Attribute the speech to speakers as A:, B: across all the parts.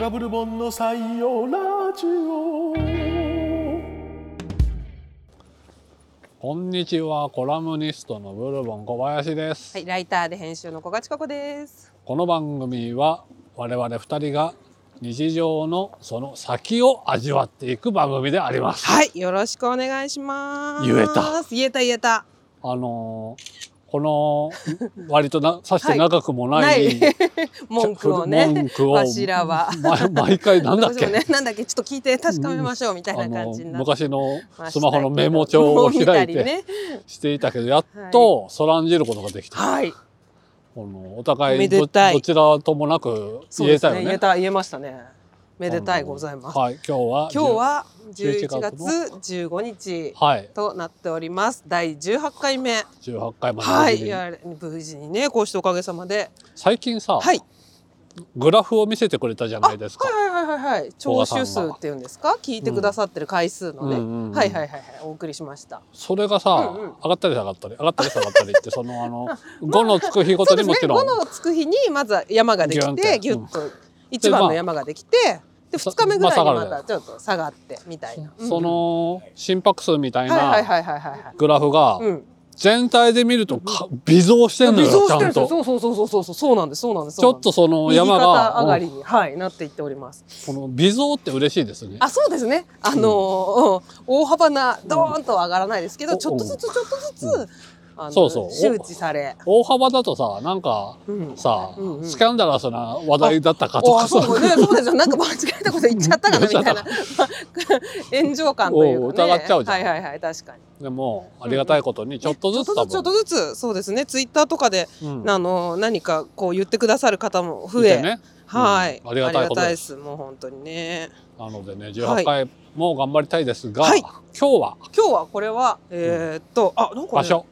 A: ラブル本の採用ラジオ
B: こんにちは、コラムニストのブルボン小林です。
C: はい、ライターで編集の小賀千佳子です。
B: この番組は我々二人が日常のその先を味わっていく番組であります。
C: はい、よろしくお願いします。
B: 言えた。
C: 言えた言えた。
B: あのーこの割と なさして長くもな
C: はいい文句を
B: 文
C: ね。
B: 句を
C: 柱は。
B: 毎 毎回なんだっ
C: 私
B: け、
C: もね、なんだっけ、ちょっと聞いて確かめましょうみたい
B: あ
C: な感
B: の
C: じになって
B: 昔の
C: ましたけど。
B: スマホのメモ帳を
C: もう見た
B: 開い
C: り
B: て
C: ね。
B: していたけどやっとそらんじることができた、
C: はい。
B: このお互い
C: め
B: ど
C: でたい
B: どちらともなく
C: そ
B: 言
C: うで
B: え
C: す
B: たよ
C: 言え
B: ね
C: た言えましたね。めでた
B: あ
C: い
B: の
C: ございます。
B: はい、今日は
C: 今日は
B: 11
C: 11
B: 月
C: 月15日
B: はい
C: となっております。第18回目。
B: 18回まで
C: は
B: 無事
C: い、
B: に
C: やれ無事にね、こうしておかげさまで。
B: 最近さ、
C: はい。
B: グラフを見せてくれたじゃないですか、
C: はいはいはいはいはい。
B: 小
C: 聴
B: 賀さんが
C: 取数っていうんですか、聞いてくださってる回数のね。
B: うんうんうん
C: はいはいはいはい、お送りしました。
B: それがさ、
C: うんうん
B: 上がったり下がったり上がったり下がったりって そのあの5のつく日ごとにもちろん、
C: そうですね。5のつく日にまずは山がで
B: ギュンっ
C: き
B: て
C: て、ぎゅっと
B: で
C: 一
B: まあ
C: 番の山ができて、で
B: そ
C: 二日目ぐらいに
B: まあ
C: ま
B: 下が
C: たちょっと下がってみたいな。うん
B: その心拍数みたい
C: はいはい
B: な
C: はいはいはいはい。
B: グラフが
C: うん。
B: 全体で見るとか微増してんの
C: 微増
B: よちゃ
C: してるん
B: ん
C: です
B: と。
C: よ。そうそうそうそうそうそうそうなんですそうなんです。
B: ちょっとその
C: そうなんです
B: 山
C: 右肩
B: が
C: 上がり
B: こ
C: にはいなっていっております。
B: の微増って嬉しいですね。
C: あ、そうですね。あのーうん大幅なドーンとは上がらないですけ
B: う
C: ど、
B: ん
C: ちょっとずつちょっとずつ、
B: うん
C: あの
B: そうそう
C: 周知され、
B: 大幅だとさなんか
C: うん、
B: さ、
C: うんうん
B: スキャンダラスな話題だったかと
C: あ
B: かさ
C: そうね、そうですよ。なんか間違えたこと言っちゃったかなみたい
B: 言っ
C: な 炎上感というかね。
B: おう疑っちゃうじゃん
C: はいはいはい、確かに。
B: でもありがたいことにちょっとずつ多
C: ね
B: 分、
C: ちょっとずつ、ちょっとずつ、そうですね。ツイッターとかで、
B: うん
C: あの何かこう言ってくださる方も増
B: いて
C: え、
B: ね
C: はい、
B: うんありがたいことです
C: です。もう本当にね。
B: なのでね
C: は
B: 18
C: い
B: 回も頑張りたいですが、
C: はい
B: 今日は
C: 今日はこれは、えーっと、あ、なんか、
B: 場
C: ね、
B: 所、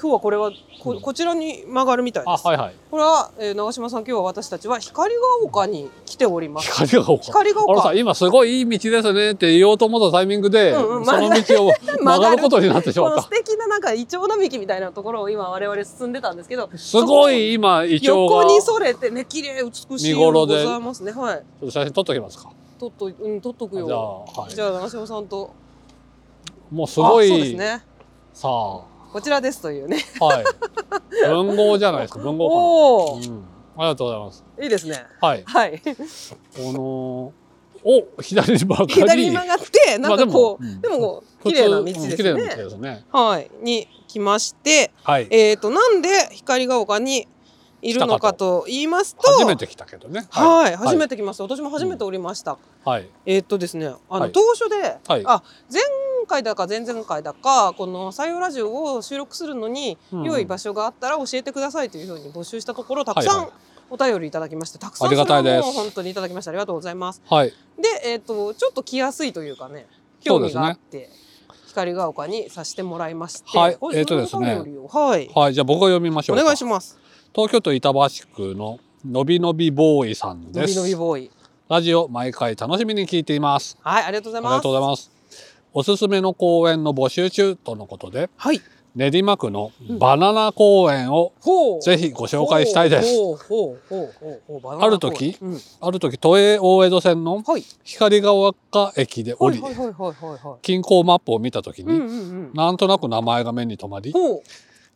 C: 今日はこれは
B: う
C: こ
B: ん
C: こちらに曲がるみたい
B: あ
C: です。
B: はいはい
C: これは、えー、長島さん今日は私たちは光が丘に来ております。
B: 光が丘
C: 光が
B: あのさ
C: 丘。
B: 今すごいいい道ですねって言おうと思ったタイミングで、
C: うんうん
B: その道を曲がることになってし
C: こ
B: ま
C: の
B: っ
C: 素敵ななんかイチョウ並木みたいなところを今我々進んでたんですけど
B: た、すごい今イチョウ
C: 横
B: が
C: にそれてね綺麗美しい
B: 見頃
C: の
B: で
C: ございますね。はい。
B: ちょっと写真撮っときますか
C: 撮っとうん撮っとく
B: じゃ
C: よ。
B: あ、はい
C: じゃあ長島さんと
B: もうすごい
C: あそうですね。
B: さあ
C: こちらですというね。
B: はい文豪じゃないですか文豪 かな、
C: おお
B: うん、ありがとうございます
C: いいですね。
B: はい
C: はい。
B: このお左に曲が
C: 左
B: り
C: に曲がってなんかこう、
B: まあでもうん
C: でもこう
B: 普
C: 綺
B: 通
C: 麗な道です
B: うん
C: ね。
B: 綺麗な道ですね
C: はいに来まして。
B: はい
C: えー、となんで光が丘にいるのかと言いますと
B: 初めて来たけどね
C: はい、
B: い
C: 初めて来ました、私も初めておりました、
B: はい
C: えー、とですねあの、
B: はい
C: 当初で、
B: はい
C: あ前回だか前々回だかこの「採用ラジオ」を収録するのに、
B: うん
C: 良い場所があったら教えてくださいというふうに募集したところたくさ
B: はい
C: んお便りいただきましてたくさん
B: ありがたいです
C: それはもう本当にいただきましてありがとうございます
B: はい
C: で、えー、とちょっと来やすいというかね
B: そう
C: 興
B: で
C: 味
B: すね
C: があって、光が丘にさせてもらいまして、
B: はい
C: こ
B: え
C: れ
B: ーとですね
C: そのお便りをはい、
B: はいじゃあ僕が読みましょ
C: お
B: うか
C: 願いします
B: 東京都板橋区ののびのびボーイさん
C: の
B: で
C: び
B: す
C: のびボーイ。
B: ラジオ毎回楽しみに聞いています
C: はい、ありがとうご
B: あ
C: ざ
B: り
C: います。
B: がとうございますおすすめの公園の募集中とのことで
C: はい。
B: 練馬区のバナナ公園を
C: ほう。
B: ぜひご紹介したいです
C: ほうほうほうほうほうバナナ
B: ある時
C: うん。
B: ある時都営大江戸線の
C: はい。
B: 光が丘駅で降
C: はい
B: り
C: はいはいはいはいは
B: 近郊マップを見た時
C: い。うん
B: に
C: うんうん。
B: なんとなく名前が目に留まり
C: ほ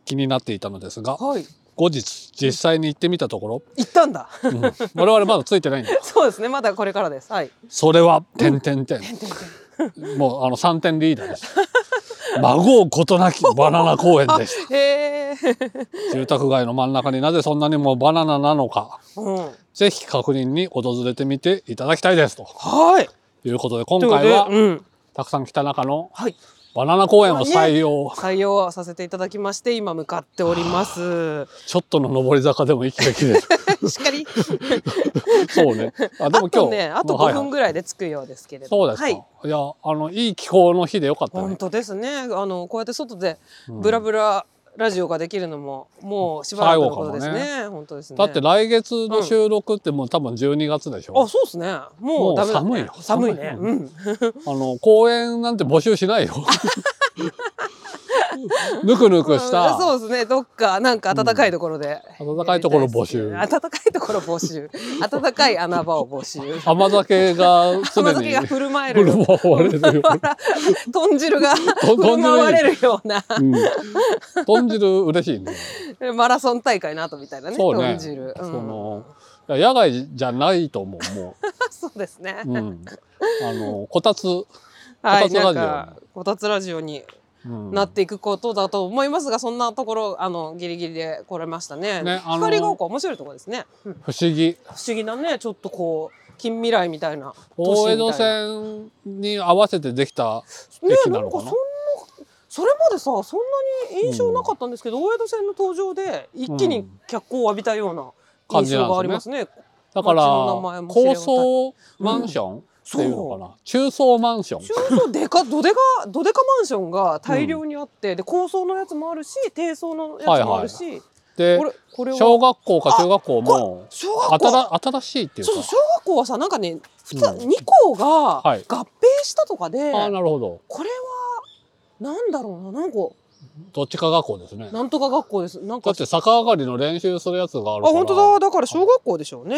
B: 気になっていたのですが
C: う。はい。
B: 後日実際に行ってみたところ、
C: 行ったんだ。
B: うん我々まだついてないんだ
C: そうですね。まだこれからです。はい。
B: それは、てんてんてん。もう、あの、3点リーダーです。孫をことなきバナナ公園 です。
C: へえ。
B: 住宅街の真ん中になぜそんなにもバナナなのか、
C: うん。
B: ぜひ確認に訪れてみていただきたいです。と
C: はい。
B: いうことで、今
C: ということ
B: 回
C: で
B: は、
C: うん。
B: たくさん来た中の
C: はい。
B: バナナ公園を採用。
C: 採用させていただきまして、今向かっております。
B: ちょっとの上り坂でも息が切 れる。
C: しっかり。
B: そうね。あ、で
C: あ
B: も今
C: と
B: 日。
C: ね、あと
B: はいは
C: 5
B: い
C: 分ぐらいで着くようですけれど。
B: そうですか。、
C: はいい。
B: や、あの、いい気候の日でよかった
C: 本
B: ね。
C: 当ですね。あのこうやって外で
B: うん
C: ブラブララジオができるのももうしばらくのことですね。
B: 最
C: 本当ですね。
B: だって
C: あ
B: 来月の収録ってもう多分12月でしょ、
C: そうですね。もうダメだ、ね、
B: もう寒いよ
C: 寒いね。
B: 寒
C: うん。
B: あの公園なんて募集しないよ。ぬくぬくした
C: うん そうですねどっかなんか暖かいところで、
B: 暖かいところ募集
C: 暖かいところ募集暖かい穴場を 募集
B: 甘酒が常
C: 甘
B: に
C: 酒が振る舞え
B: 振
C: る
B: る舞われて るよ
C: 豚 汁が振
B: ん
C: る舞われるような
B: うん豚汁嬉しいね
C: マラソン大会の後みたいなね
B: そうね
C: 豚汁、うん
B: そのいや野外じゃないと思うも
C: そうですね、
B: う、うん、あのこたつ、
C: はい
B: こたつラジ
C: な
B: オ
C: んかこたつラジオに
B: うん
C: なっていくことだと思いますが、そんなところあのギリギリで来れましたね
B: ねあの
C: 光が丘面白いところですね、うん
B: 不思議
C: 不思議なねちょっとこう近未来みたいな
B: 大江
C: 都
B: 戸
C: 市みたいな
B: 線に合わせてできた
C: ね
B: 駅な
C: な
B: んのか
C: かそん
B: な
C: なそれまでさそんなに印象なかったんですけど、大江戸線の登場で一気に脚光を浴びたような
B: 感
C: 印
B: じなんですね
C: 象がありますね。
B: だから
C: 街の名前も知れ
B: 高
C: 渡る
B: 層マンションっていうのかな、中層マンション
C: 中層でかどでかどでかマンションが大量にあって、で高層のやつもあるし低層のやつもあるし、
B: で
C: これこれは
B: 小学校か中学校も
C: 小
B: あ
C: 学
B: た
C: 校
B: ら新しいっていう
C: そ
B: か
C: うそう小学校はさなんかね普通、
B: うん
C: 二校が合
B: はい
C: 併したとかで、
B: ああなるほど
C: これはなんだろうななんか
B: どっちか学校ですね
C: なんとか学校ですなん
B: だ
C: か
B: って逆上がりの練習するやつがあ
C: あ
B: るから
C: 本当だだから小学校でしょうね。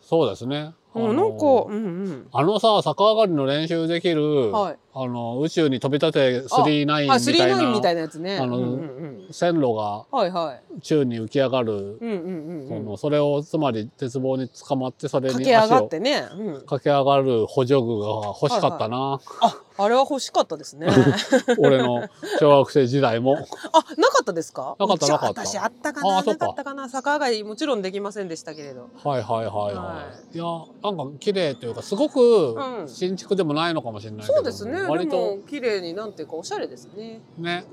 B: そうですねあの
C: うんなんかうん
B: あのさ逆上がりの練習できる、
C: うんはい。
B: あの宇宙に飛び立て
C: ああ
B: 39
C: ス
B: み
C: リ
B: た
C: ー
B: い
C: ナインみた
B: ない
C: なやつね。
B: あの
C: うんうんうん
B: 線路が
C: はいはい。
B: 宙に浮き上がる、
C: うんうんう
B: そ
C: んうん
B: の。それをつまり鉄棒に捕まってそれ
C: 駆
B: に
C: け上
B: 足
C: が
B: を
C: ってね。うん
B: 駆け上がる補助具が欲しかったな、
C: ああれは欲しかったですね。あ
B: 俺の小学生時代 も
C: なかったですか？
B: なかった
C: うち
B: な
C: は
B: かった
C: 私あったか
B: あ
C: な
B: そ
C: な
B: っか
C: かったかな逆上がりもちろんできませんでしたけれど。
B: はいはいはいは、
C: はい
B: い、やなんか綺麗というかすごく
C: うん
B: 新築でもないのかもしれないけど、
C: そうですね。で
B: 割と
C: も綺麗になんていうかおしゃれですね。
B: ね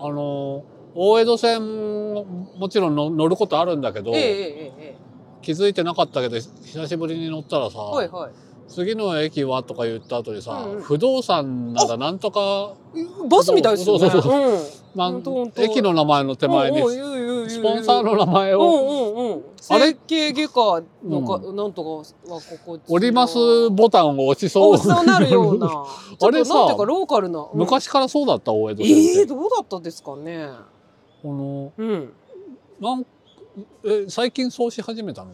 C: うん。
B: あの大江戸線ももちろんの乗ることあるんだけど、
C: ええええええ。
B: 気づいてなかったけど久しぶりに乗ったらさ、
C: はいはい。
B: 次の駅はとか言った後にさ、
C: うんうん
B: 不動産ならなんとか
C: バスみたいですよね。
B: そうそうそ
C: うん。
B: なん
C: 本当本当
B: 駅の名前の手前に
C: おうおう言う言う言う
B: スポンサーの名前
C: う
B: を
C: んうんうん。
B: あれ
C: 整形外科のか、
B: う
C: なんとかはここ。
B: 「折ります」ボタンを押しそう
C: おそうなるよ うな。あ
B: れさ
C: なんていうかローカルな。うん
B: 昔からそうだった大江戸線って
C: ええ、どうだったんですかね。
B: この
C: うん。
B: なんえ最近そうし始めたの、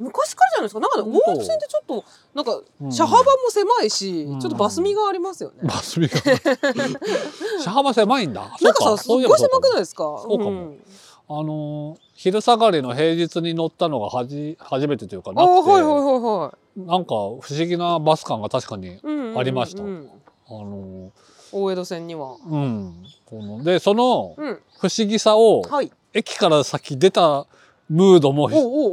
C: 昔からじゃないですか。なんかね
B: 本当
C: 大江戸線ってちょっとなんか
B: うん
C: 車幅も狭いし、
B: うん
C: ちょっとバスみがありますよね。
B: バスミが 車幅狭いんだ
C: なんかさ、す
B: そ
C: っ
B: う
C: ご
B: い
C: い
B: えば
C: 狭
B: そう
C: くない
B: か
C: ですか。
B: そうかも
C: ん
B: あのー昼下がりの平日に乗ったのがはじ初めてというか
C: あ
B: な
C: あ、
B: くて、
C: はいはいはいは
B: なんか不思議なバス感が確かに
C: いうんうんうんうん。
B: ありましたあの
C: 大江戸線には。
B: ーうんこのでその
C: うん。
B: 不思議さを
C: はい。
B: 駅から先出たムードも
C: おうおうおうおうお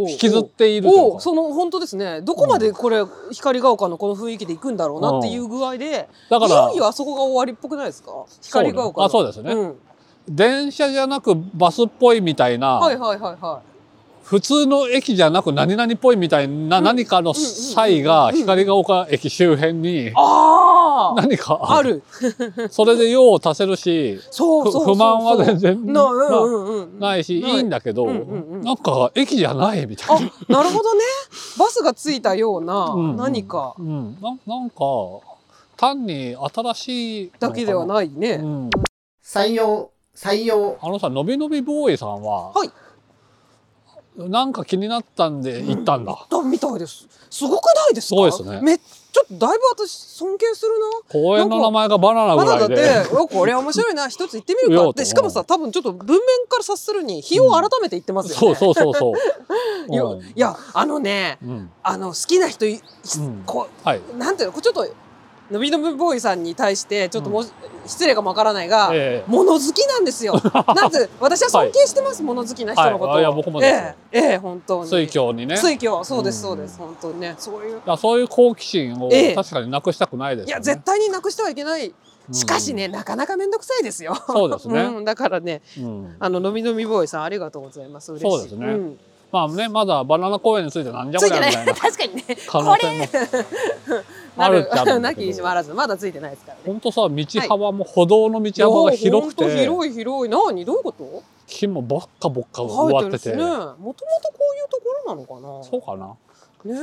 C: うおう。
B: 引きずっているとい
C: お
B: う
C: お
B: か
C: その本当ですねどこまでこれ光が丘のこの雰囲気で行くんだろうなっていう具合で、
B: だか
C: いよ
B: ら
C: いよあそこが終わりっぽくないですか
B: そうね
C: 光が丘の
B: あそうですね
C: うん、
B: 電車じゃなくバスっぽいみたいな、
C: はいはいはいは
B: 普通の駅じゃなく何々っぽいみたいな
C: うん
B: 何かの際が
C: うんうんうん
B: 光が丘駅周辺に
C: いああ
B: 何か
C: ある
B: それで用を足せるし
C: そう
B: ふ
C: そうそうそう
B: 不満は全然
C: なうん
B: な
C: うんうん
B: ないしい
C: ない
B: いんだけど
C: うんうんうん
B: なんか駅じゃないみたい
C: あ
B: な。
C: なるほどねバスがついたような
B: うん
C: 何か
B: うん、ななんか単に新しいのか
C: だけではないね、
B: うん、
D: 採用、採用、
B: あのさのびのびボーイさんは、
C: はい
B: なんか気になったんで行ったんだ、
C: だみたいですすごくないですか
B: すごいですね
C: めちょっとだいぶ私尊敬するな
B: 公園の名前がバナナ
C: ま
B: ぐら
C: だだ
B: い
C: っ
B: で
C: て、うわこれ面白いな、一つ行って みる
B: いや
C: か
B: と
C: って、しかもさ、多分ちょっと文面から察するに、日を改めて言ってますよね。
B: そうそうそうそう
C: い や
B: うん
C: いや、あのね、
B: うん
C: あの、好きな人い、
B: うん
C: こ
B: はい、
C: う、なんていうの、こうちょっと、のびのびボーイさんに対して、ちょっともう、失礼かもわからないが、
B: ええ
C: 物好きなんで すよ。なんて、私は尊敬してます、物好きな人のことを。
B: はいあいや僕もです
C: ええ、ええ、本当に。
B: 水。郷にね
C: 水郷、そうです、
B: う
C: そ
B: ん
C: うです、本当にね。そういう。
B: だからそういう好奇心を
C: ええ
B: 確かになくしたくないです
C: い
B: よ、
C: や、
B: ね
C: 絶対になくしてはいけない。
B: うん
C: しかしね、なかなかめんどくさいですよ。
B: そうですね
C: うん、だからね、
B: うん
C: あののみのみボーイさんありがとうございます。嬉しい。
B: そうですね
C: ん、
B: まあねまだバナナ公園についてなんじゃ
C: つ
B: こ
C: い
B: り
C: て
B: ゃ
C: な
B: み
C: い
B: たいな
C: 確かにね。
B: 可能性もあ
C: な
B: るっ
C: る
B: ち ゃあるんだ け
C: なき
B: ど
C: にしもあらずまだついてないですからね。
B: 本当さ道幅も歩道の道幅が広くて、
C: いやほんと広い広い何どういうこと？
B: 木もぼっかぼっか植
C: 生
B: わ
C: えて
B: っ
C: る
B: て
C: してね。もともとこういうところなのかな。
B: そうかな
C: ね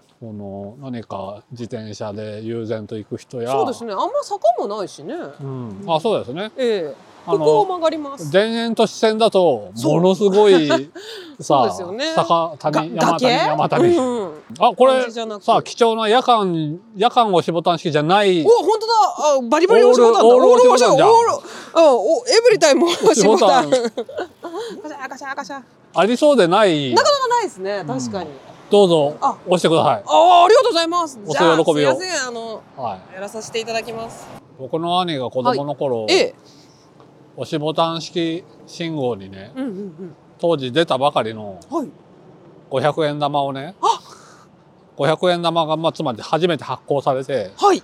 C: え
B: この何か自転車で悠然と行く人や
C: そうですねあんま坂もないしね
B: うん、あそうですね
C: ええ
B: あ
C: ここを
B: の
C: 曲がります
B: 田園都市線だと
C: そう
B: ものすご い
C: そう
B: さ
C: ですよね
B: 坂谷
C: が
B: 山谷山谷、
C: うんうん、
B: あこ
C: 感
B: れ
C: じじゃなく
B: さあ貴重な夜間夜間押しボタン式じゃない
C: お本当だあバリバリ押しボタンだ
B: オールオール
C: 押しボタン
B: オー
C: オー
B: ル
C: ルうんおエブリタイム押しボタン
B: 押し
C: ガシャガシャガシャ
B: ありそうでない
C: なかなかないですね確かに、
B: どうぞ
C: あ
B: 押してください、
C: ああありがとうございます
B: お
C: じゃあ
B: 喜びを
C: すいませんあの
B: はい、
C: やらさせていただきます
B: 僕の兄が子供の頃、
C: ええ
B: 押しボタン式信号にね
C: うんうん
B: 当時出たばかりの
C: うんはい
B: 500円玉をね
C: あ
B: 500円玉が、まあ、つまり初めて発行されて
C: はい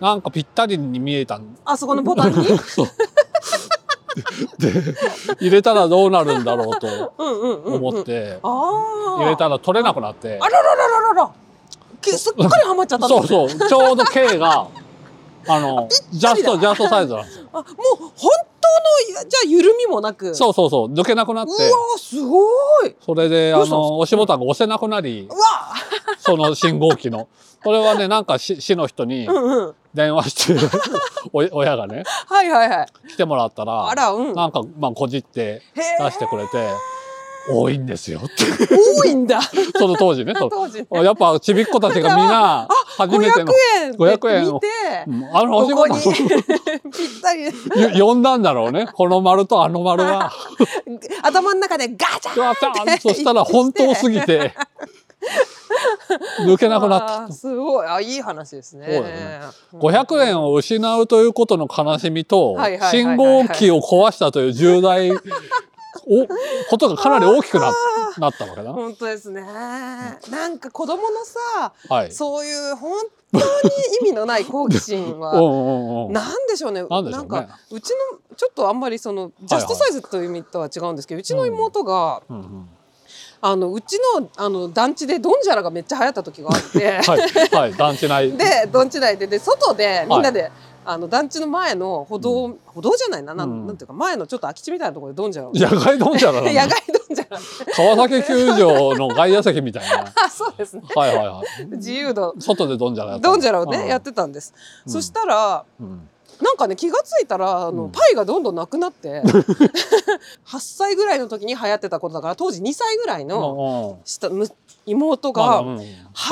B: なんかぴったりに見えたん
C: あそこのボタンに
B: 入れたらどうなるんだろうと
C: うんうんうん、うん、
B: 思って
C: ああ
B: 入れたら取れなくなって
C: あららららららけすっかりハマっちゃったんだ
B: そうそうちょうど K があのジャストジャストサイズなんですよ
C: あもう本当のいじゃあ緩みもなく
B: そうそうそう抜けなくなっ
C: う
B: て
C: わーすごーい
B: それであ
C: どうしたんですか
B: の押しボタンが押せなくなり
C: うわ
B: その信号機のそれはねなんか市市の人に
C: ーうんうん
B: 電話してお親がね
C: はいはいはい
B: 来てもらったら
C: あらうん
B: なんかまあこじって
C: へ
B: 出
C: え
B: してくれて多いんですよって
C: 多いんだ
B: その当時ねそ
C: 当時
B: うやっぱちびっ子たちがみんな初めての
C: 500
B: 500
C: 円
B: 円
C: 見
B: を
C: て
B: うんあの
C: こ
B: 押し
C: こ
B: ボ
C: に
B: タ
C: ぴ
B: ン
C: ったり
B: 呼んだんだろうねこの丸とあの丸が
C: 頭の中でガチャ
B: ガチャンそしたら本当すぎて抜けなくなった。
C: あーすごいあいい話ですね
B: そうだね500円を失うということの悲しみと
C: はいはいはいはい
B: 信号機を壊したという重大おことがかなり大きくななったわけだ。
C: 本当ですねなんか子供のさ
B: はい。
C: そういう本当に意味のない好奇 心
B: うんう
C: は
B: んうん。
C: なんでしょうね
B: なんでしょうね
C: かうちのちょっとあんまりそのジャストサイズという意味とは違うんですけど、うちの
B: うん
C: 妹が、
B: うんうん
C: あのうちのあの団地でドンジャラがめっちゃ流行った時があって
B: はいはい団地内。
C: でどんち内でで外でみんなで、あの団地の前の歩道、歩道じゃないななん,、
B: うん
C: なんていうか前のちょっと空き地みたいなところでどんじゃらを
B: 野外ドンジャラ
C: 野
B: な
C: 外
B: の。
C: どんじゃら
B: 川崎球場の外野席みたいな。
C: あそうですね
B: はいはいはい。
C: 自由度
B: 外でドンジャラやったの。
C: どんじゃらをね、
B: うん
C: やっ。てたんです、
B: うん
C: そしたら
B: うん
C: なんかね気がついたらあの、
B: うん
C: パイがどんどんなくなって 8歳ぐらいの時に流行ってたことだから当時2歳ぐらいの
B: うんうん
C: 下む妹
B: まだ
C: が
B: うんちっ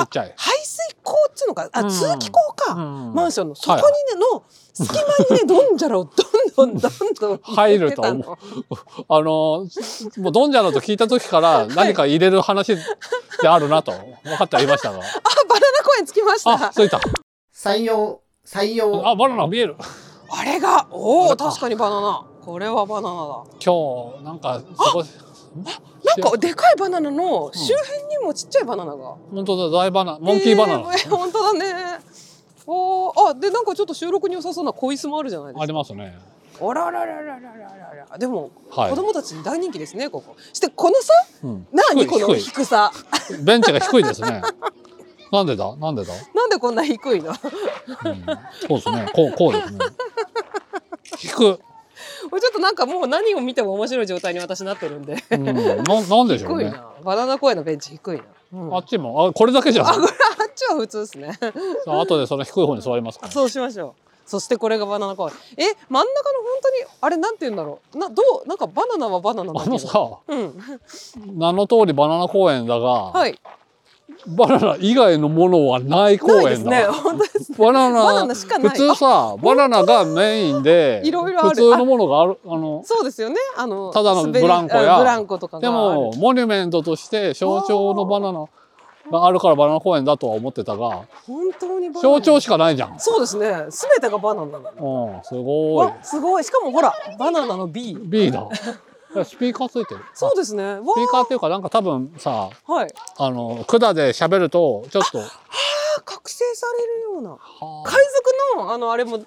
B: ちゃい。
C: 排水溝っつうのかあ、
B: うん
C: 通気口か、
B: うん
C: マンションのそこにね、の隙間にねどんじゃらをどんどんどんどん
B: 入ると
C: 入
B: 思
C: れ
B: う
C: てたの
B: あのもうドンジャラと聞いた時から何か入れる話であるなと分かってはいました が。
C: あバナナ公園着きました
B: あ、
C: あ
B: ついた。
D: 採用、採用。
B: あ、バナナ見える。
C: れがお
B: あ
C: お
B: れか
C: 確かにバナナこれはバナナ
B: 今日なんかすごい。
C: だなんかでかいバナナの周辺にもちっちゃいバナナが、
B: 本当だ、大バナナ、モンキーバナ
C: え
B: ナ
C: ーえー本当だねおーあでなんかちょっと収録に良さそうな小椅子もあるじゃないです
B: あり
C: か
B: ますね。
C: あららららららららでも、
B: はい
C: 子供たちに大人気ですねここしてこのさ
B: うん。
C: 何
B: 低い
C: この
B: 低い
C: 低さ
B: ベンチが低いですね。なんでだ、なんでだ。
C: なんでこんな低いの
B: うん、そうですね。こう、こうですね。低く。
C: これちょっとなんかもう何を見ても面白い状態に私なってるんで
B: うん、ななんでしょう
C: 低い
B: ね。
C: なバナナ公園のベンチ低いな、うん
B: あ
C: あ
B: っちも、あ、これだけじゃん。
C: これ
B: さ
C: あっちは普通ですね
B: あ後でその低い方に座りますか。
C: そうしましょうそしてこれがバナナ公園え真ん中の本当にあれなんて言うんだろうなどうなんかバナナはバナナだ
B: あ
C: けど
B: のさ、
C: うん
B: 名の通りバナナ公園だが、
C: はい
B: バナナ以外のものはない公
C: ないで
B: 園
C: す
B: だ。
C: ね本当です
B: バナナ
C: バナナしかない
B: 普通さバナナがメインで
C: 当だ いろいろある
B: 普通のものがあるあの
C: そうですよねあの
B: ただの
C: 滑り
B: ブランコや
C: あブランコとか
B: で
C: がある
B: もモニュメントとして象徴のバナナがあるからバナナ公園だとは思ってたが
C: 本当にバナナ
B: 象徴しかないじゃん。うん
C: そうですね全てがバナナなの
B: すごい
C: わすごいしかもほらバナナの B
B: B だ。スピーカーついてる。
C: そう
B: あ
C: ですねわ
B: スピーカーっていうかなんか多分さ
C: はい
B: あの管で喋るとちょっと
C: あ覚醒されるような
B: はあ
C: 海賊のあのあれも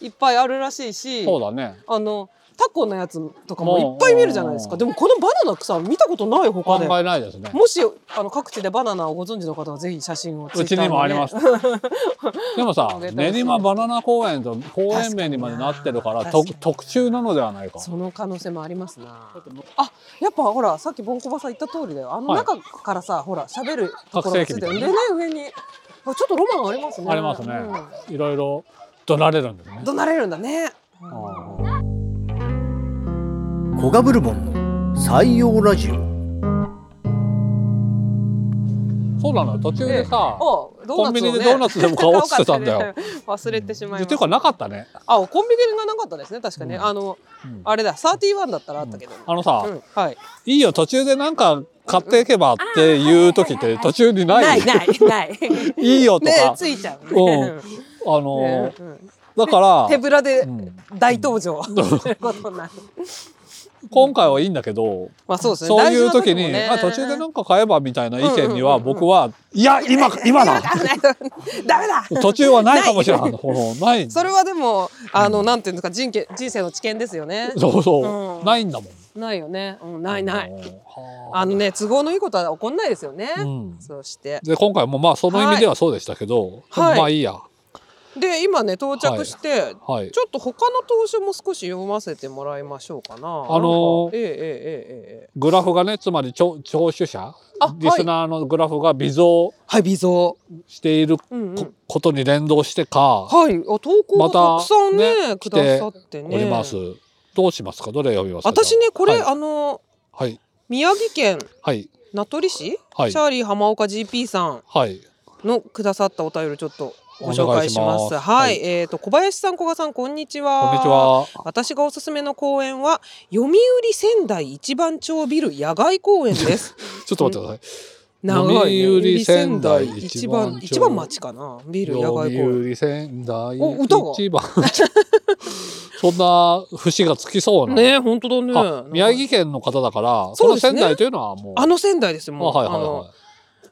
C: いっぱいあるらしいし
B: そうだね。
C: あのタコのやつとかもいっぱい見るじゃないです
B: う
C: か。
B: ん
C: でもこのバナナ草見たことない他
B: 考
C: で。
B: えないですね。
C: もしあの各地でバナナをご存知の方はぜひ写真をツイ
B: う
C: ッタ
B: ち
C: ー
B: にもあり ます。でもさ
C: あげ、たい
B: 練馬バナナ公園と公園名にまでなってるから、
C: 確かに
B: と特注なのではないか。
C: その可能性もありますな。あ、やっぱほら、さっきボンコバさん言った通りだよ。あの
B: はい
C: 中からさ、ほら、喋るところがついてる。
B: 拡声器みた
C: でね
B: い、
C: 上に。あちょっとロマンありますね。
B: ありますね
C: うん。
B: いろいろ怒られるんですね。
C: 怒鳴れるんだね。
B: あ
D: コガブルボンの採用ラジオ
B: ーそうなのよ。途中でさ、
C: お、ドー
B: コ
C: ナ
B: ン
C: ツ
B: ビ
C: をね
B: ニでドーナツでも買おうとしてたん だよ。。
C: 忘れてしまいま
B: っ
C: して
B: い
C: た
B: う。かなかったね。
C: あ、コンビニがなかったですね。確かね。
B: うん
C: あの、
B: うん
C: あれだ、サーティワンだったらあったけど。
B: あのさ、
C: うん、はい。
B: いいよ途中でなんか買っていけばっていう時って途中にない。
C: ないないない。
B: いいよと
C: ね
B: か、、
C: ついちゃう
B: うん
C: ね。
B: あ
C: う
B: の
C: ん
B: ー
C: うん
B: だか
C: 手
B: ら、
C: ぶらで
B: うん
C: 大登場。という ことになる。
B: 今回はいいんだけど、
C: まあそうですね。
B: そういう時
C: 大事
B: に、
C: な
B: あ途中で
C: も
B: な
C: ね
B: んか買えばみたいな意見に
C: う
B: は
C: んうんうんうん
B: 僕はいや今今 だ
C: あないとダメだ。
B: 途中はないかもしれない。このない。
C: それはでもあのなんていうんですか人け人生の知見ですよね。
B: そうそう、
C: うん
B: ないんだもん。
C: ないよね。うんないない。
B: は
C: あのね都合のいいことは起こんないですよね
B: あ。。うん。
C: そして
B: で今回もまあその意味ではそうでしたけど、
C: はい
B: まあいいや。
C: で今ね到着して、
B: はい。
C: ちょっと他の投資も少し読ませてもらいましょうかな。あ
B: のー
C: ええええええええ。
B: グラフがねつまり聴聴取者
C: あ
B: リスナーのグラフが微増
C: はい微増。
B: しているこ,、
C: うんうん。
B: とに連動してか
C: はいあ投稿がたくさん
B: ま
C: ね,、
B: たね
C: くださってね。
B: おります。どうしますかどれ読みますか
C: 私ねこれ、
B: はい
C: あの
B: はい
C: 宮城県
B: はい
C: 名取市、
B: はい
C: チャーリー浜岡 GP さん
B: はい
C: のくださったお便りちょっとご紹介します。
B: お願いします
C: はい、
B: は
C: えっ、と小林さん、古賀さん、こんにちは。
B: こんにち。は。
C: 私がおすすめの公園は読売仙台一番町ビル野外公園です。
B: ちょっと待ってください。
C: 長い、ね。
B: 読売仙台
C: 読売
B: 一
C: 一
B: 番
C: 番
B: 町
C: 一番町かな。ビル野外公園。
B: 読売仙台
C: お歌が
B: 一番 そんな節がつきそうな。
C: ねえ本当だ
B: あ
C: ね。
B: 宮城県の方だから、
C: そ
B: そう
C: です
B: の
C: ね
B: 仙台というのはもう。
C: あの仙台ですよ
B: あ
C: もう。
B: はいはい
C: あの
B: は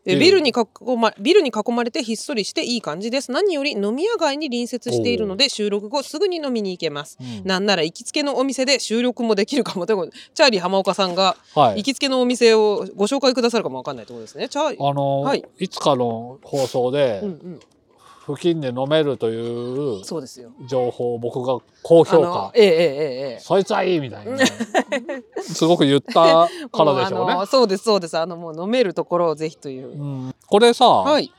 C: で
B: ええ
C: ビルに囲まビルに囲まれてひっそりしていい感じです。何より飲み屋街に隣接しているので収録後すぐに飲みに行けます。
B: いうん。
C: なんなら行きつけのお店で収録もできるかもということでチャーリー浜岡さんが
B: は
C: 行
B: い。
C: きつけのお店をご紹介くださるかもわかんないところですね。チャーリー、
B: あの、
C: はい
B: い、つかの放送で、
C: うんうん、
B: 付近で飲めるという
C: そうですよ。
B: 情報を僕が高
C: あ
B: 評
C: の
B: 価。
C: ええええええ。
B: そいつはいいみたいな。すごく言ったからでしょう
C: も
B: ね
C: あの。そうですそうです。あのもう飲めるところをぜひという。
B: うん、これさ、
C: はい。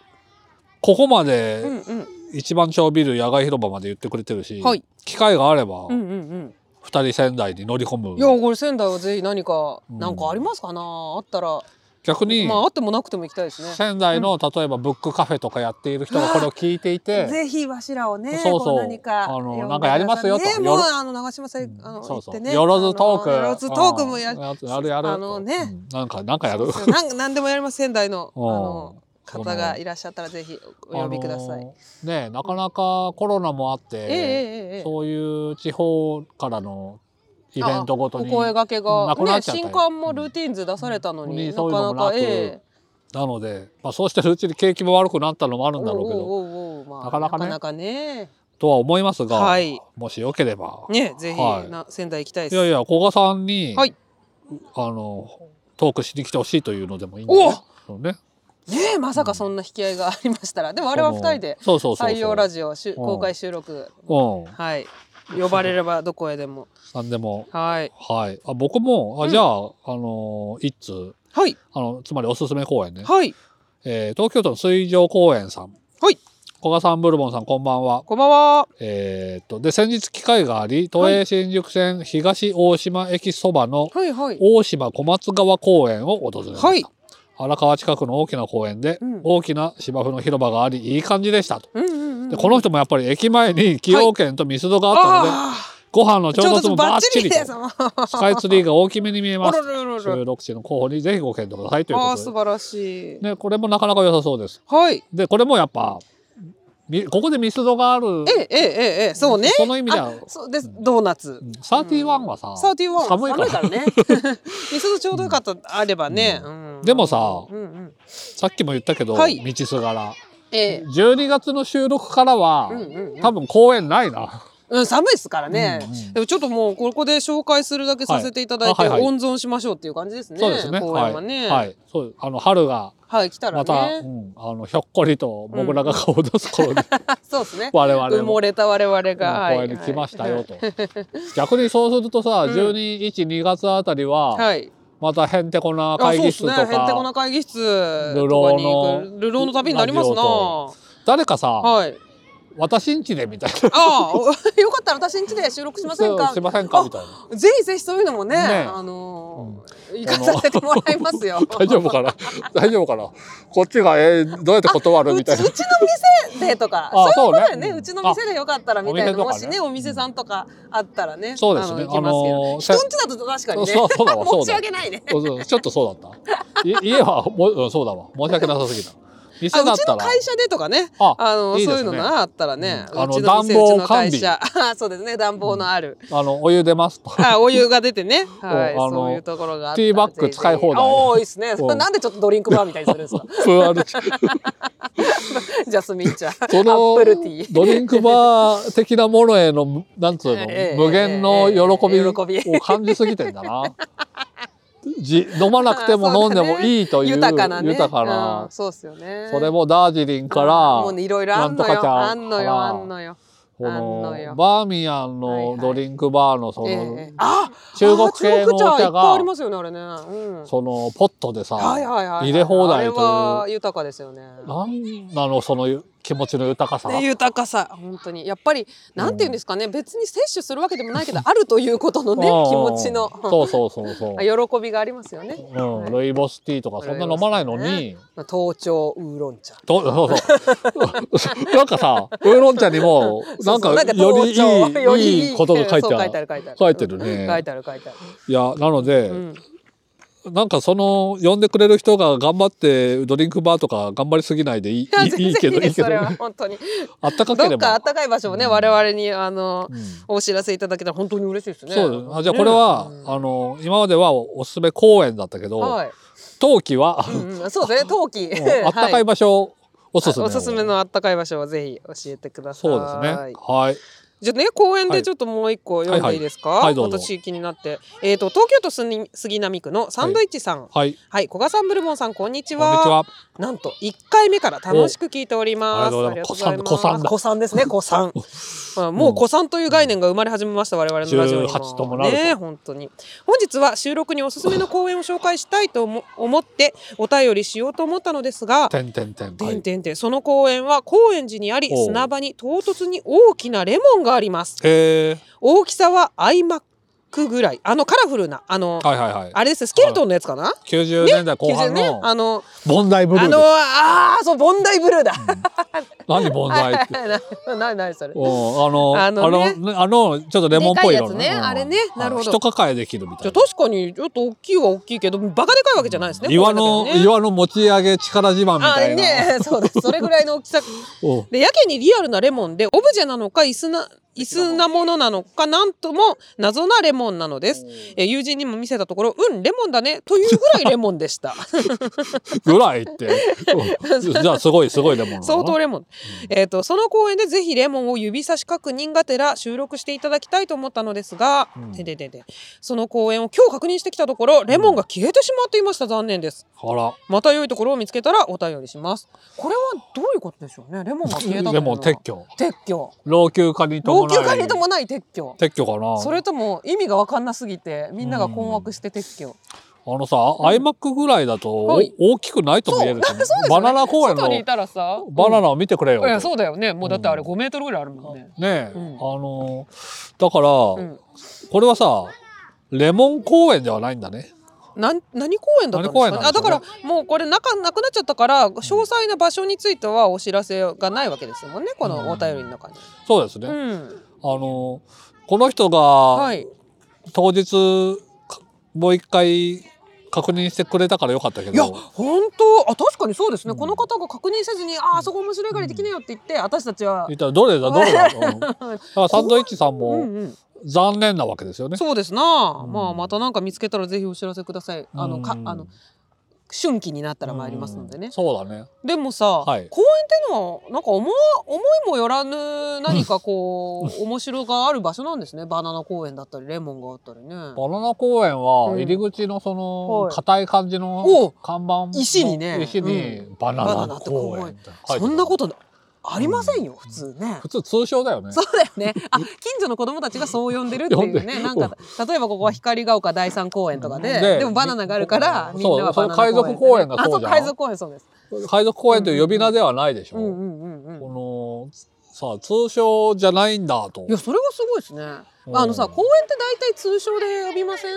B: ここま
C: うん
B: で
C: うん。
B: 一番町ビル野外広場まで言ってくれてるし、
C: はい
B: 機会があれば、
C: うんうん
B: 二人仙台に乗り込
C: うん。いや
B: む
C: これ仙台はぜひ何か
B: うん
C: なんかありますかな。あったら
B: 逆に
C: まああってもなくても行きたいですね。
B: 仙台の例えばブックカフェとかやっている人がこれを聞いていて
C: ぜひわしらをね、
B: そうそう
C: こ何か
B: あの
C: 呼んで
B: なんかやりますよと
C: くださいね、
B: よ
C: もう
B: ろ
C: あの長島さんあの
B: そう
C: 行っ
B: そ
C: て
B: う
C: ね、
B: よろずトーク
C: あのよろずトークもや
B: うんやるやる
C: あのね
B: うんなんかなんかやる
C: なん なんでもやります仙台のあ
B: うん
C: の方がいらっしゃったらぜひお呼びください。
B: あのねなかなかコロナもあっ
C: えええ
B: て、
C: えええ
B: そういう地方からのイベントごと
C: お
B: に
C: 声
B: な
C: 掛けが
B: なくな
C: ね
B: っちゃったよ
C: 新刊もルーティーンズ出されたの
B: うん
C: に、
B: にそういう
C: な
B: のも
C: かなか
B: なく
C: ええ
B: ので、まあ、そうしてるうちに景気も悪くなったのもある
C: お
B: ん
C: う
B: だろうけど
C: おうおうおうまあ
B: なかなかね
C: なかね
B: とは思いますが、
C: はい
B: もしよければ、
C: ねぜひ、
B: はい
C: な仙台行きたいで
B: い
C: す。
B: やいや古賀さんに、
C: はい
B: あのトークしに来てほしいというのでもいいんだよね。そうね
C: ねえまさかそんな引き合いがありましたら、でもあれは二人で
B: そのそうそうそうそう
C: 採用ラジオしゅ
B: ん
C: 公開収録
B: うん、
C: はい。呼ばれればどこへでも。
B: なんでも、
C: はい。
B: はい。あ、僕も、あ、
C: うん
B: じゃあ、あの、一通、
C: はい。
B: あの、つまりおすすめ公園ね。
C: はい。
B: えー東京都の水上公園さん。
C: はい。
B: 古賀さん、ブルボンさん、こんばんは。
C: こんばんは。
B: えーっと、で、先日機会があり、都営新宿線東大島駅そばの
C: はいはい。
B: 大島小松川公園を訪れました。
C: はい
B: 荒川近くの大きな公園で、
C: うん
B: 大きな芝生の広場があり、いい感じでしたと。
C: うんうんうん。
B: で、この人もやっぱり駅前に崎陽軒とミスドがあったので、
C: あ
B: ご飯の
C: あ、ち
B: 調
C: ょう
B: 達
C: ど
B: もバ
C: バ
B: ッ
C: ッ
B: チ
C: チ
B: リ
C: リ
B: と
C: で。す。 あ
B: スカイツリーが大きめに見えま
C: ら
B: す。
C: ららら
B: 収録地の候補にぜひご検討くださいという
C: あ
B: こ
C: あ、
B: と
C: 素
B: で。
C: 晴らしい。
B: ね、これもなかなか良さそうです。
C: はい。
B: で、これもやっぱ、みここでミスドがある。
C: ええええええ、そうね。
B: その意味では、
C: そうです。ドーナツ。
B: サーティワンはさ、
C: サーティワン。
B: 寒いから
C: ね。いそちょうどよかったあればね。うん
B: でもさ
C: うんうん。
B: さっきも言ったけど、
C: はい
B: 道すがら。
C: ええ。
B: 12月の収録からは、
C: うんうんうん
B: 多分公演ないな。
C: うん、寒いですからね、でもちょっともうここで紹介するだけさせていただいて、
B: はいあはいはい
C: 温存しましょうっていう感じですね
B: そうですね。
C: 公
B: は
C: 園
B: い。
C: はね
B: は
C: はい、
B: い。そう、あの春が
C: 来た
B: ま
C: らね、
B: た、うん、あのひょっこりと僕らが顔を出す頃で、
C: そうですね
B: 我々
C: 埋
B: も
C: もれた我々が、
B: 公園に来ましたよと。 逆にそうするとさ、
C: ん
B: 12、1、2月あたりは、
C: はい
B: またへんてこな
C: あ
B: 会議室と
C: そうですねへんてこな
B: か、
C: 会議室
B: 流
C: とか
B: 浪
C: に
B: の
C: 行く流浪の旅になります
B: ラジ
C: な
B: オ誰かさ、
C: はい
B: 私んちでみたいな。
C: あ あよかったら私ん家で収録しません
B: そう
C: か
B: しませんかみたいな。
C: ぜひぜひそういうのもね
B: ね
C: あのー行かさせてもらいますよ
B: 大丈夫かな 大丈夫かなこっちが、えーどうやって断る
C: う
B: み
C: ち
B: た
C: う
B: い
C: ち
B: な
C: の。店でとか
B: あ
C: そういうことだよね
B: そうね
C: うちの店でよかったらみたい
B: お店
C: な
B: とか
C: も
B: ね
C: しねお店さんとかあったらね
B: そうですね
C: あの行きますけど
B: あの
C: ね
B: ー
C: 人んちだと確かにね
B: そうそうだわそうだわ
C: 申し訳ないね
B: そうそうちょっとそうだった。い家はもううんそうだわ申し訳なさすぎた。
C: あ
B: 店だ
C: う
B: っ
C: ち
B: た
C: の
B: ら
C: 会社でとかね
B: あ
C: あの
B: いい
C: そ
B: で
C: うい
B: す
C: う
B: ね
C: のがあったらね、
B: うんあの
C: うちの店
B: 暖房
C: うちの会社 あそうですね暖房のある、
B: あのお湯出ますと。
C: あお湯が出 てね、はい、
B: あの
C: そういうところがあったら
B: ティーバッグ使い放題
C: ぜひぜひあおーいいっすね
B: うん
C: なんでちょっとドリンクバーみたいにするんですか
B: プアルチ
C: ジャスミン茶ア
B: その
C: ップルティー
B: ドリンクバー的なものへのなんつうの
C: ええ
B: 無限の喜びを
C: ええ喜
B: 感じすぎてんだな。じ飲まなくても
C: あそ
B: 飲
C: うんだ
B: で
C: ね
B: もいいという
C: 豊かなね
B: 豊かな
C: うん、そうっすよね
B: それもダージリンから
C: もうねいろいろあ
B: な
C: んの
B: んとかちゃ
C: よ
B: ん
C: あんのよ
B: から
C: あんのよ
B: この
C: あんのよ
B: バーミヤン
C: はいは
B: の
C: い
B: ドリンクバーのそ
C: ええ
B: の
C: ええあ
B: 中国系のお
C: あー中国茶
B: 茶
C: いっぱいあ
B: が
C: りますよねあれね、うん、
B: そのポットでさ
C: はいはいはい
B: 入れ放題という
C: あれは豊かですよね
B: なんなのその気持ちの豊かさ
C: ね、豊かさ本当にやっぱりなんて言うんですかね、別に摂取するわけでもないけどあるということのね気
B: うん
C: 持ちの
B: そうそうそうそう
C: 喜びがありますよね、
B: うん、
C: はい
B: ルイボスティーとかそんな飲まないの
C: ルイ
B: に、
C: まあ、頭頂ウーロン茶
B: と そうそうなんかさウーロン茶にもなんか
C: そうそう
B: より
C: 頭頂よ
B: いいいいことが書いて
C: そう
B: あ
C: 書いてあ
B: る
C: る書いてある
B: 書いてるね
C: うん書いてある書いてあ
B: いやなので、
C: る、うん、
B: なんかその呼んでくれる人が頑張ってドリンクバーとか頑張りすぎないでいい
C: いや
B: いいいい
C: 全
B: け
C: 然い
B: ど
C: い
B: い
C: で
B: い
C: す
B: け
C: そ
B: ど
C: れは本当に
B: あったかけ
C: ど
B: れ
C: っ
B: ば
C: か暖かい場所をね、我々にあの、お知らせいただけたら本当に嬉しいですね
B: そうですあじゃあこれは、
C: うん
B: あの今まではおすすめ公園だったけど、
C: はい、
B: 冬季 は、
C: うんうん、そうですね陶器
B: うんあったか
C: はい
B: 場所、おすすめを
C: おすすめのあったかい場所をぜひ教えてください。
B: そうですねはい
C: じゃあね公園
B: は
C: で
B: い
C: ちょっともう一個読んでいいですか、
B: はいはいはいどうぞ
C: 私気になって、えっと東京都杉杉並区のサンドイッチさん、はい
B: はい
C: 古賀さんブルボンさんこんにち
B: こんにち
C: は
B: は
C: なんと一回目から楽しく聞いております
B: おあ
C: あ
B: り
C: り
B: がと
C: がと
B: う
C: う
B: ご
C: ご
B: ざ
C: ざ
B: いま
C: いますす古 参ですね古参、まあ、もう古参という概念が生まれ始めました我々のラジオにも
B: 18ともなると
C: ね本当に本日は収録におすすめの公演を紹介したいと思思ってお便りしようと思ったのですが
B: てんてんてん
C: て
B: は
C: ん
B: い
C: てんてんその公園は高円寺にあり
B: おう
C: 砂場に唐突に大きなレモンがあります
B: へえ
C: 大きさは iMac ぐらいあのカラフルなあの、
B: はいはいはい
C: あれですスケルトンのやつかな
B: 90年代後半
C: 90ね
B: の
C: あの
B: 盆栽ブル
C: あ
B: ー
C: の
B: です
C: あーそうボンダイブルーだ、
B: 何盆栽って
C: なななそれ
B: おあのあ
C: あのね
B: のねあのちょっとレモンっぽい色の
C: でかいやつね
B: うん
C: あれねなるほど
B: 人抱えできるみた
C: じゃ
B: い
C: あ確かにちょっと大きいは大きいけどバカでかいわけじゃないですね
B: な岩の
C: こういうだけでね
B: 岩の持ち上げ力自慢み
C: あ
B: たいな
C: ねそうですそれぐらいの大きさ
B: お
C: でやけにリアルなレモンでオブジェなのか椅子な椅子なものなのかなんとも謎なレモンなのですえ友人にも見せたところうんレモンだねというぐらいレモンでした
B: ぐらいってお じゃあすごいすごいレモンなの
C: 相当レモン、えー、とその公園でぜひレモンを指差し確認がてら収録していただきたいと思ったのですが、
B: うん
C: てでででその公園を今日確認してきたところレモンが消えてしまっていました残念です
B: あら
C: また良いところを見つけたらお便りしますこれはどういうことでしょうねレモンが消 えたというの
B: レ
C: は
B: モン撤去
C: 撤去
B: 老朽化に
C: 老
B: 伴い
C: 朽化に伴い撤去
B: 撤去かな
C: それとも意味が分かんなすぎてみんなが困惑して撤去、
B: あのさ、iMac ぐらいだとお、
C: はい
B: 大きくないとも言える けど、バナナ公園
C: 外に
B: の
C: いたらさ
B: バナナを見てくれよ
C: うんいや
B: と。
C: そうだよねもうだってあれ
B: うん
C: 5メートルぐらいあるもんね、
B: ねえ、
C: うん
B: あのーだから、
C: うん、
B: これはさ、レモン公園ではないんだね。
C: なん何公園だったん
B: 何公園
C: ですか、ね
B: なん、で
C: あ
B: しょ
C: だ
B: う
C: か
B: ね
C: らもうこれなかなくなっちゃったから詳細な場所についてはお知らせがないわけですもんねこのお便りの中に。
B: そうですね。
C: う
B: あ
C: ん、
B: のーこの人が、
C: はい。
B: 当日、かもう一回確認してくれたからよかったけ
C: いや
B: ど、
C: 本当あ確かにそうですね、
B: うん
C: この方が確認せずにああそこ面白いからできねえよって言って私たちは
B: 言ったらどれだどれだと。う んだからサンドイッチさん
C: う
B: も
C: んうん、
B: 残念なわけですよね。
C: そうですな、
B: うん
C: まあまたなんか見つけたらぜひお知らせくださいあのか
B: うん
C: あの春季になったら参りますのでね、
B: そうだね。
C: でもさ、
B: はい
C: 公園ってのはなんか思わ思いもよらぬ何か こう面白がある場所なんですねバナナ公園だったりレモンがあったりね
B: バナナ公園は
C: うん
B: 入り口のその
C: はい
B: 硬い感じ
C: おう
B: の看板の
C: 石にね
B: 石にバ
C: バ
B: ナ
C: ナ
B: ナ
C: ナって
B: 公
C: 公
B: 園
C: 園
B: って書いて
C: そんなことありませんよ、普通ね
B: 普通通称だよね
C: そうだよ ね。あ、近所の子供たちがそう呼んでるっていう
B: 呼ん
C: ね。
B: で
C: なんか、例えばここは光が丘第三公園とかで、で
B: で
C: もバナナがあるから、
B: そう
C: みんなはバナナ公
B: そ
C: 園。
B: う海賊公園がそうじゃん
C: あ、そう、海賊公園そうです。
B: 海賊公園という呼び名ではないでしょ、
C: うんうんうんうん。
B: このさあ通称じゃないんだと
C: いや、それはすごいですね。
B: うん
C: あのさ、公園って大体通称で呼びません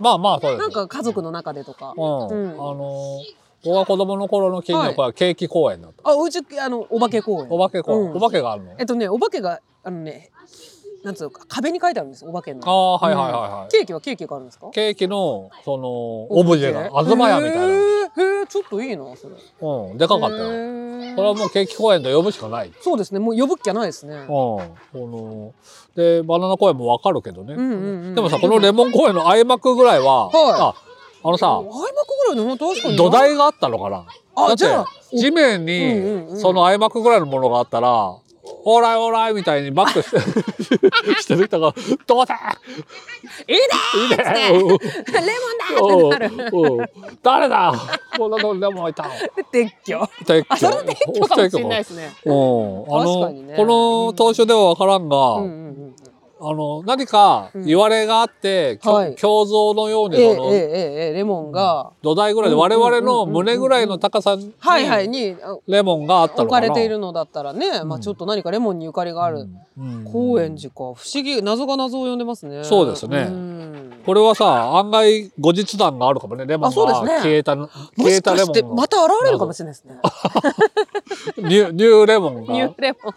B: まあまあそうです
C: なんか家族の中でとか
B: う。ん、
C: うん
B: あの僕が子供の頃の近所はケーキ公園だった、
C: あ、うち、あの、お化け公園。
B: お化け公園、
C: うん
B: お化けがあるの
C: えっとね、お化けが、あのね、なんつうか、壁に書いてあるんです、お化けの。
B: ああはいはいはいはい、
C: ケーキはケーキがあるんですか
B: ケーキのそのオブジェが東屋みたいな、
C: へーへーちょっといいな、それ。
B: うん、でかかったよ、
C: へー
B: これはもう景気公園と呼ぶしかない。うん。
C: そうですね。もう呼ぶっきゃないですね。
B: このでバナナ公園もわかるけどね、
C: うんうんうん
B: でもさこのレモン公園の相幕ぐらいは、
C: は
B: ああの
C: あ、
B: さ
C: 相葉君ぐらいの確かに。
B: 土。台があったのかな
C: あじゃ
B: だ
C: あ
B: って地面
C: うんうんうん
B: にその相幕ぐらいのものがあったら「オーライオーライ」みたいにバックして してる人が「どうだ
C: いいね
B: いいね
C: ーっつって。レモンだーってなる。
B: おうおう誰だこんなとこにレモン置いたの
C: 撤去。
B: 撤
C: あ、それは撤去かもしれな
B: 撤
C: いで
B: 去
C: すね。
B: うんあ
C: 確か
B: の、
C: にね
B: この当初ではわからんが、
C: うんうんうん。
B: あの何か言われがあって、きょ
C: はい
B: 胸像のよう
C: え
B: に
C: ええ
B: その、
C: えええレモンが。
B: 土台ぐらいで
C: うんうん
B: 我
C: うんうん
B: 々の胸ぐらいの高さに
C: はいはいにあ
B: レモンがあったの
C: 置
B: か
C: か
B: な。
C: れているのだったらね、まあちょっと何かレモンにゆかりがあ
B: う
C: る。
B: ん
C: 高円寺か不思議謎が謎を呼んでますね。
B: そうですね
C: ん
B: これはさ案外後日談があるかもねレモン
C: あそうですね
B: が消えた、
C: も
B: 消
C: し
B: えた
C: か
B: レ
C: して
B: モン
C: ま
B: が
C: た現れるかもしれないですね。
B: ニューニューレモンが
C: ニューレモンが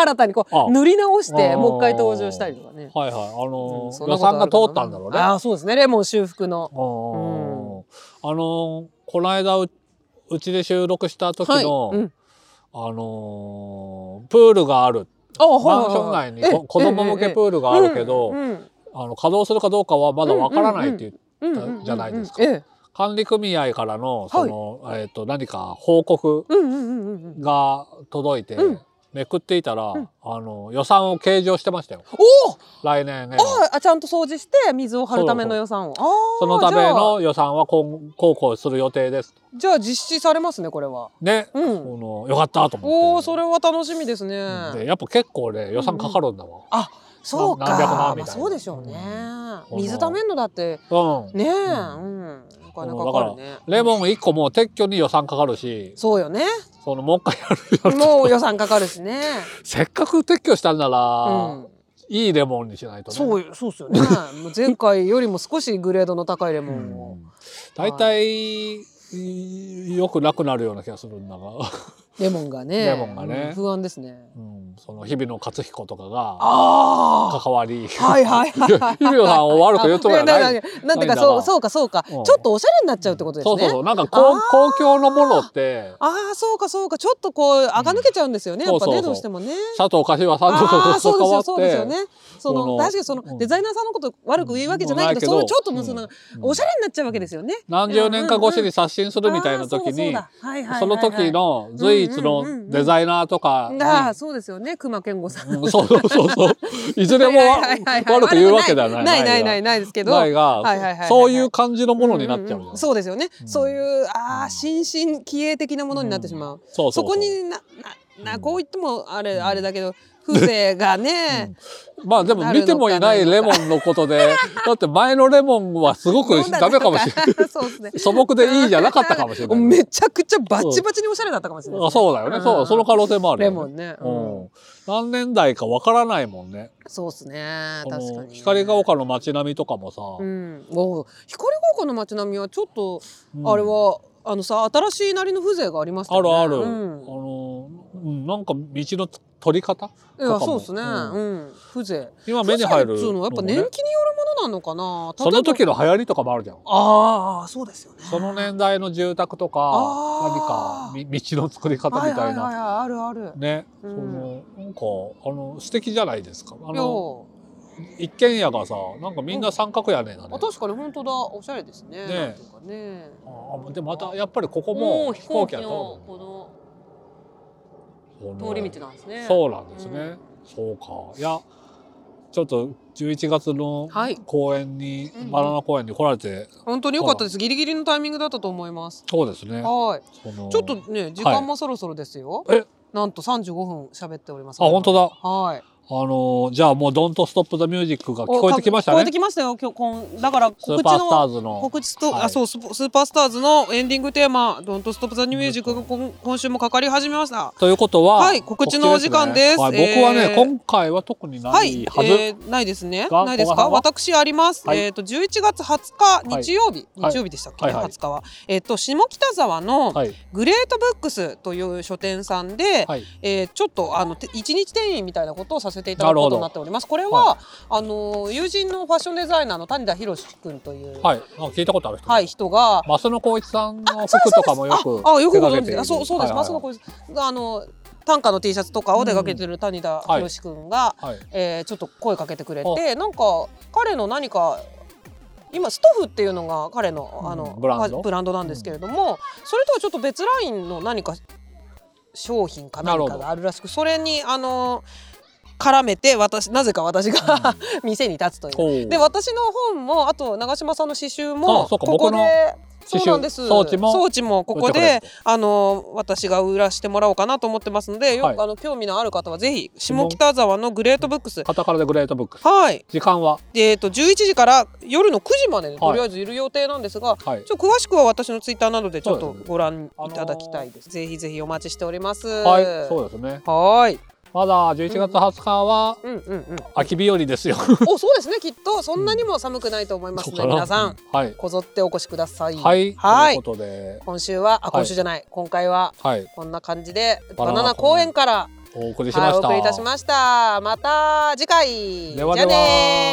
C: 新たにこ
B: あ
C: う塗り直して
B: あー
C: もう一回登場したりとかね。
B: はいはいあ
C: う
B: の
C: んそんな
B: 予
C: ことあ
B: 算が
C: るか
B: 通
C: な
B: ったんだろうね。
C: ああ、そうですね。レモン修復の。
B: あのあのこの間ううちで収録した時の、
C: はいうん
B: あのープールがある
C: あ、はい
B: マンション内にこ子供向けプールがあるけど、
C: うんうん
B: あの稼働するかどうかはまだわからないっていう、
C: うんうんうん
B: じゃないですか
C: ええ
B: 管理組合からのその、えっと何か報告
C: うんうんうんうん。
B: が届いて、
C: うん
B: めくっていたら、あの予算を計上してましたよ
C: おお、
B: 来年ね。
C: ああ、ちゃんと掃除して水を張るための予算を。ああ、
B: そのための予算は今こうこうする予定です。
C: じゃあ。じゃあ実施されますねこれは。
B: ね、
C: うん
B: このよかったと思って。
C: おお、それは楽しみですね。
B: でやっぱ結構ね予算かかるんだわ。
C: あ、そうか。
B: 何百
C: ま
B: 万みたいな
C: あそうでしょうね。
B: うん
C: 水ためんのだって
B: うん。
C: ねえ、う
B: うん
C: ん、なかなかかかるね。
B: レモン1個も撤去に予算かかるし、
C: そう よね。
B: そのもう一回やる やると
C: もう予算かかる しね。
B: せっかく撤去したんな
C: う
B: ら、
C: ん。
B: いいレモンにしないとね。
C: そうよそうっす よね。もう前回よりも少しグレードの高いレモンを。
B: 大体、いよくなくなるような気がするんだが、
C: レモンがね。
B: レモンがね
C: うん不安ですね。
B: うん、その日々の勝彦とかが
C: あ
B: 関わり、
C: あ。はいはい はいはい。
B: 日々さんを悪く言うともやない。
C: ねなんていう
B: ないんだ
C: か
B: が
C: そうそうかそうか。ち
B: うん
C: ょっとおしゃれになっちゃうってことです
B: そう
C: ね。
B: そうそう、なんか公
C: あー
B: 公共のものって、
C: ああそうかそうかちょっとこう垢抜けちゃうんですよね。
B: うん
C: やっぱ
B: そうそ
C: ね
B: うそう
C: どうしてもね。
B: 佐藤柏さんと
C: あ
B: か
C: あそうですよ
B: と関わ
C: そうですよ
B: っ
C: ね
B: て、。
C: その
B: この
C: 確かにその
B: うん
C: デザイナーさんのこと悪く言うわけじゃないけど、そ
B: もう
C: の
B: ないけど
C: ちょっとのその
B: うん
C: おしゃれになっちゃうわけですよね。
B: 何十年か越しに刷新するみたい
C: あ
B: な
C: ーそう
B: 時
C: だそう
B: に、
C: だはいはいはいはい
B: その時の随一のデザイナーとかに、
C: ああそうですよね熊健吾さん。
B: うんそうそうそう そう、いずれもわ
C: はいはいはいはい
B: 悪く言うわけではない。
C: ないないない
B: が
C: ないですけど。
B: ないが、
C: はいはいはいはい
B: そういう感じのものになっちゃうじゃん。
C: そうですよね。
B: うん
C: そういうああ新進気鋭的なものになってしまう。
B: そう
C: そこになななこう言ってもあれあれだけど風情がね。
B: まあでも見てもいないレモンのことで、 だって前のレモンはすごく
C: 飲んだ
B: ダメかもしれない。
C: ない。そうですね。
B: 素朴でいいじゃなかったかもしれない。
C: めちゃくちゃバチバチにおしゃれだったかもしれない
B: あ
C: ですね。
B: そうだよね、そうその可能性もある
C: レ
B: よ、
C: モンね。
B: う
C: うん
B: ん、何年代かわからないもんね。
C: そうですね。
B: こ
C: 確か
B: の
C: に。
B: 光が丘の街並みとかもさ、
C: うん、お光が丘の街並みはちょっと、
B: うん
C: あれはあのさ新しいなりの風情がありました
B: あ
C: よね。
B: るある、
C: う
B: あ
C: ん、
B: のうんなんか道の取り方
C: いやそうですね。
B: うん
C: うん、風情。
B: 今目に入
C: 風
B: る
C: 情っつうのはやっぱ年
B: ね
C: 季によるものなのかな。
B: そ
C: 例
B: の
C: えば
B: 時の流行りとかもあるじゃん
C: ああそうですよね。
B: その年代の住宅と
C: あ
B: か
C: ー
B: 何かみ道の作り方
C: はい
B: み
C: は
B: た
C: い
B: い
C: はい
B: な
C: はいあるある。
B: ね、
C: うん
B: そのなんかあの素敵じゃないですかあ
C: いや
B: の一軒家がさなんかみんな三角屋根だね
C: あ、確かに本当だおしゃれです
B: ね
C: ね
B: え
C: なんていうかね
B: あでまたやっぱりここ
C: も
B: も
C: う
B: 飛
C: 飛
B: 行
C: 行
B: 機や
C: 機の
B: った
C: この通り道なんですね
B: そうなんですね、そうかいやちょっと11月の
C: はい
B: 公園に、
C: うんうん
B: バナナ公園に来られて
C: 本当に良かったですギリギリのタイミングだったと思います
B: そうですね
C: はい
B: その
C: ちょっとね時間もそろそろですよ、
B: え
C: なんと35分喋っております
B: あ本当だ
C: だはい
B: あのーじゃあもう「ドントストップ・ザ・ミュージック」が聞こえてきました
C: 聞こえて
B: ね
C: きましたよ今日こんだから
B: ス
C: 告
B: ー
C: 知
B: パースター
C: の
B: ズの
C: 告知と、
B: はい
C: あそうススーパースターズのエンディングテーマ「Don't Stop the Music」が今今週もかかり始めました
B: ということは、
C: はい告知のお時間です
B: はい僕はね、
C: えー
B: 今回は特にな
C: はい、
B: いはず、
C: えー、ないですね。
B: が
C: ないです
B: 小川さ
C: か。
B: んは
C: 私あります。
B: はい
C: えっ、と11月20
B: は
C: 日
B: い
C: 日曜日、
B: はい
C: 日曜日でしたっけ、
B: はいはい
C: 20日は。えっ、と下北沢の
B: はい
C: グレートブックスという書店さんで、
B: はい
C: えーちょっとあのて一日店員みたいなことをさせていただくことになっております。これは、
B: は
C: あの友人のファッションデザイナーの谷田博志君という、
B: はい、あ聞いたことある人、
C: はい、人が。
B: 増野光一さんの
C: あそう
B: 服
C: そ
B: と
C: う
B: かもよく
C: ああよく
B: 手
C: ご
B: 掛
C: 存
B: けて
C: 知
B: い
C: で
B: る
C: あそうそうで
B: はい
C: す。マ
B: はい
C: スのこあの短歌の T シャツとかを出かけてる谷田博志君が、
B: はい、
C: えーちょっと声かけてくれてなんか彼の何か今ストフっていうのが彼のあの、
B: うんブランド
C: あなんですけれども、それとはちょっと別ラインの何か商品か何かがあるらしくそれにあの絡めて私なぜか私が 店に立つという。
B: ほう
C: で私の本もあと長嶋さんの刺繍
B: あ
C: も
B: そう
C: こ
B: か
C: こ
B: 僕の
C: で
B: 刺繍
C: そうなんです
B: 装置も
C: 装置もここ
B: こっちからや
C: であの私が売らしてもらおうかなと思ってますのでよく、
B: はい
C: あの興味のある方はぜひ下北沢のグレートブックス
B: カタカナでグレートブックス
C: はい
B: 時間は
C: でえっと11時から夜の9時までで
B: はい
C: とりあえずいる予定なんですが、
B: はい
C: ちょっと詳しくは私のツイッターなどでちょっ
B: そうです
C: と
B: ね
C: ご覧いただきたいです、ぜひぜひお待ちしております
B: はいそうですね
C: はーい
B: まだ11月20日は
C: うんうんうん
B: 秋日和ですよ
C: おそうですねきっとそんなにも寒くないと思いますので、
B: そうかな
C: 皆さん
B: はい
C: こぞってお越しください
B: はい、
C: はい
B: ということで
C: 今週は
B: は
C: あ
B: い
C: 今週じゃない、今回は
B: はい
C: こんな感じで
B: バ
C: バ
B: ナナ
C: ナナ公園から
B: お送りし
C: は
B: ま
C: い
B: し
C: お
B: た、
C: 送りいたしましたまた次回
B: では
C: じゃあ
B: では
C: ねー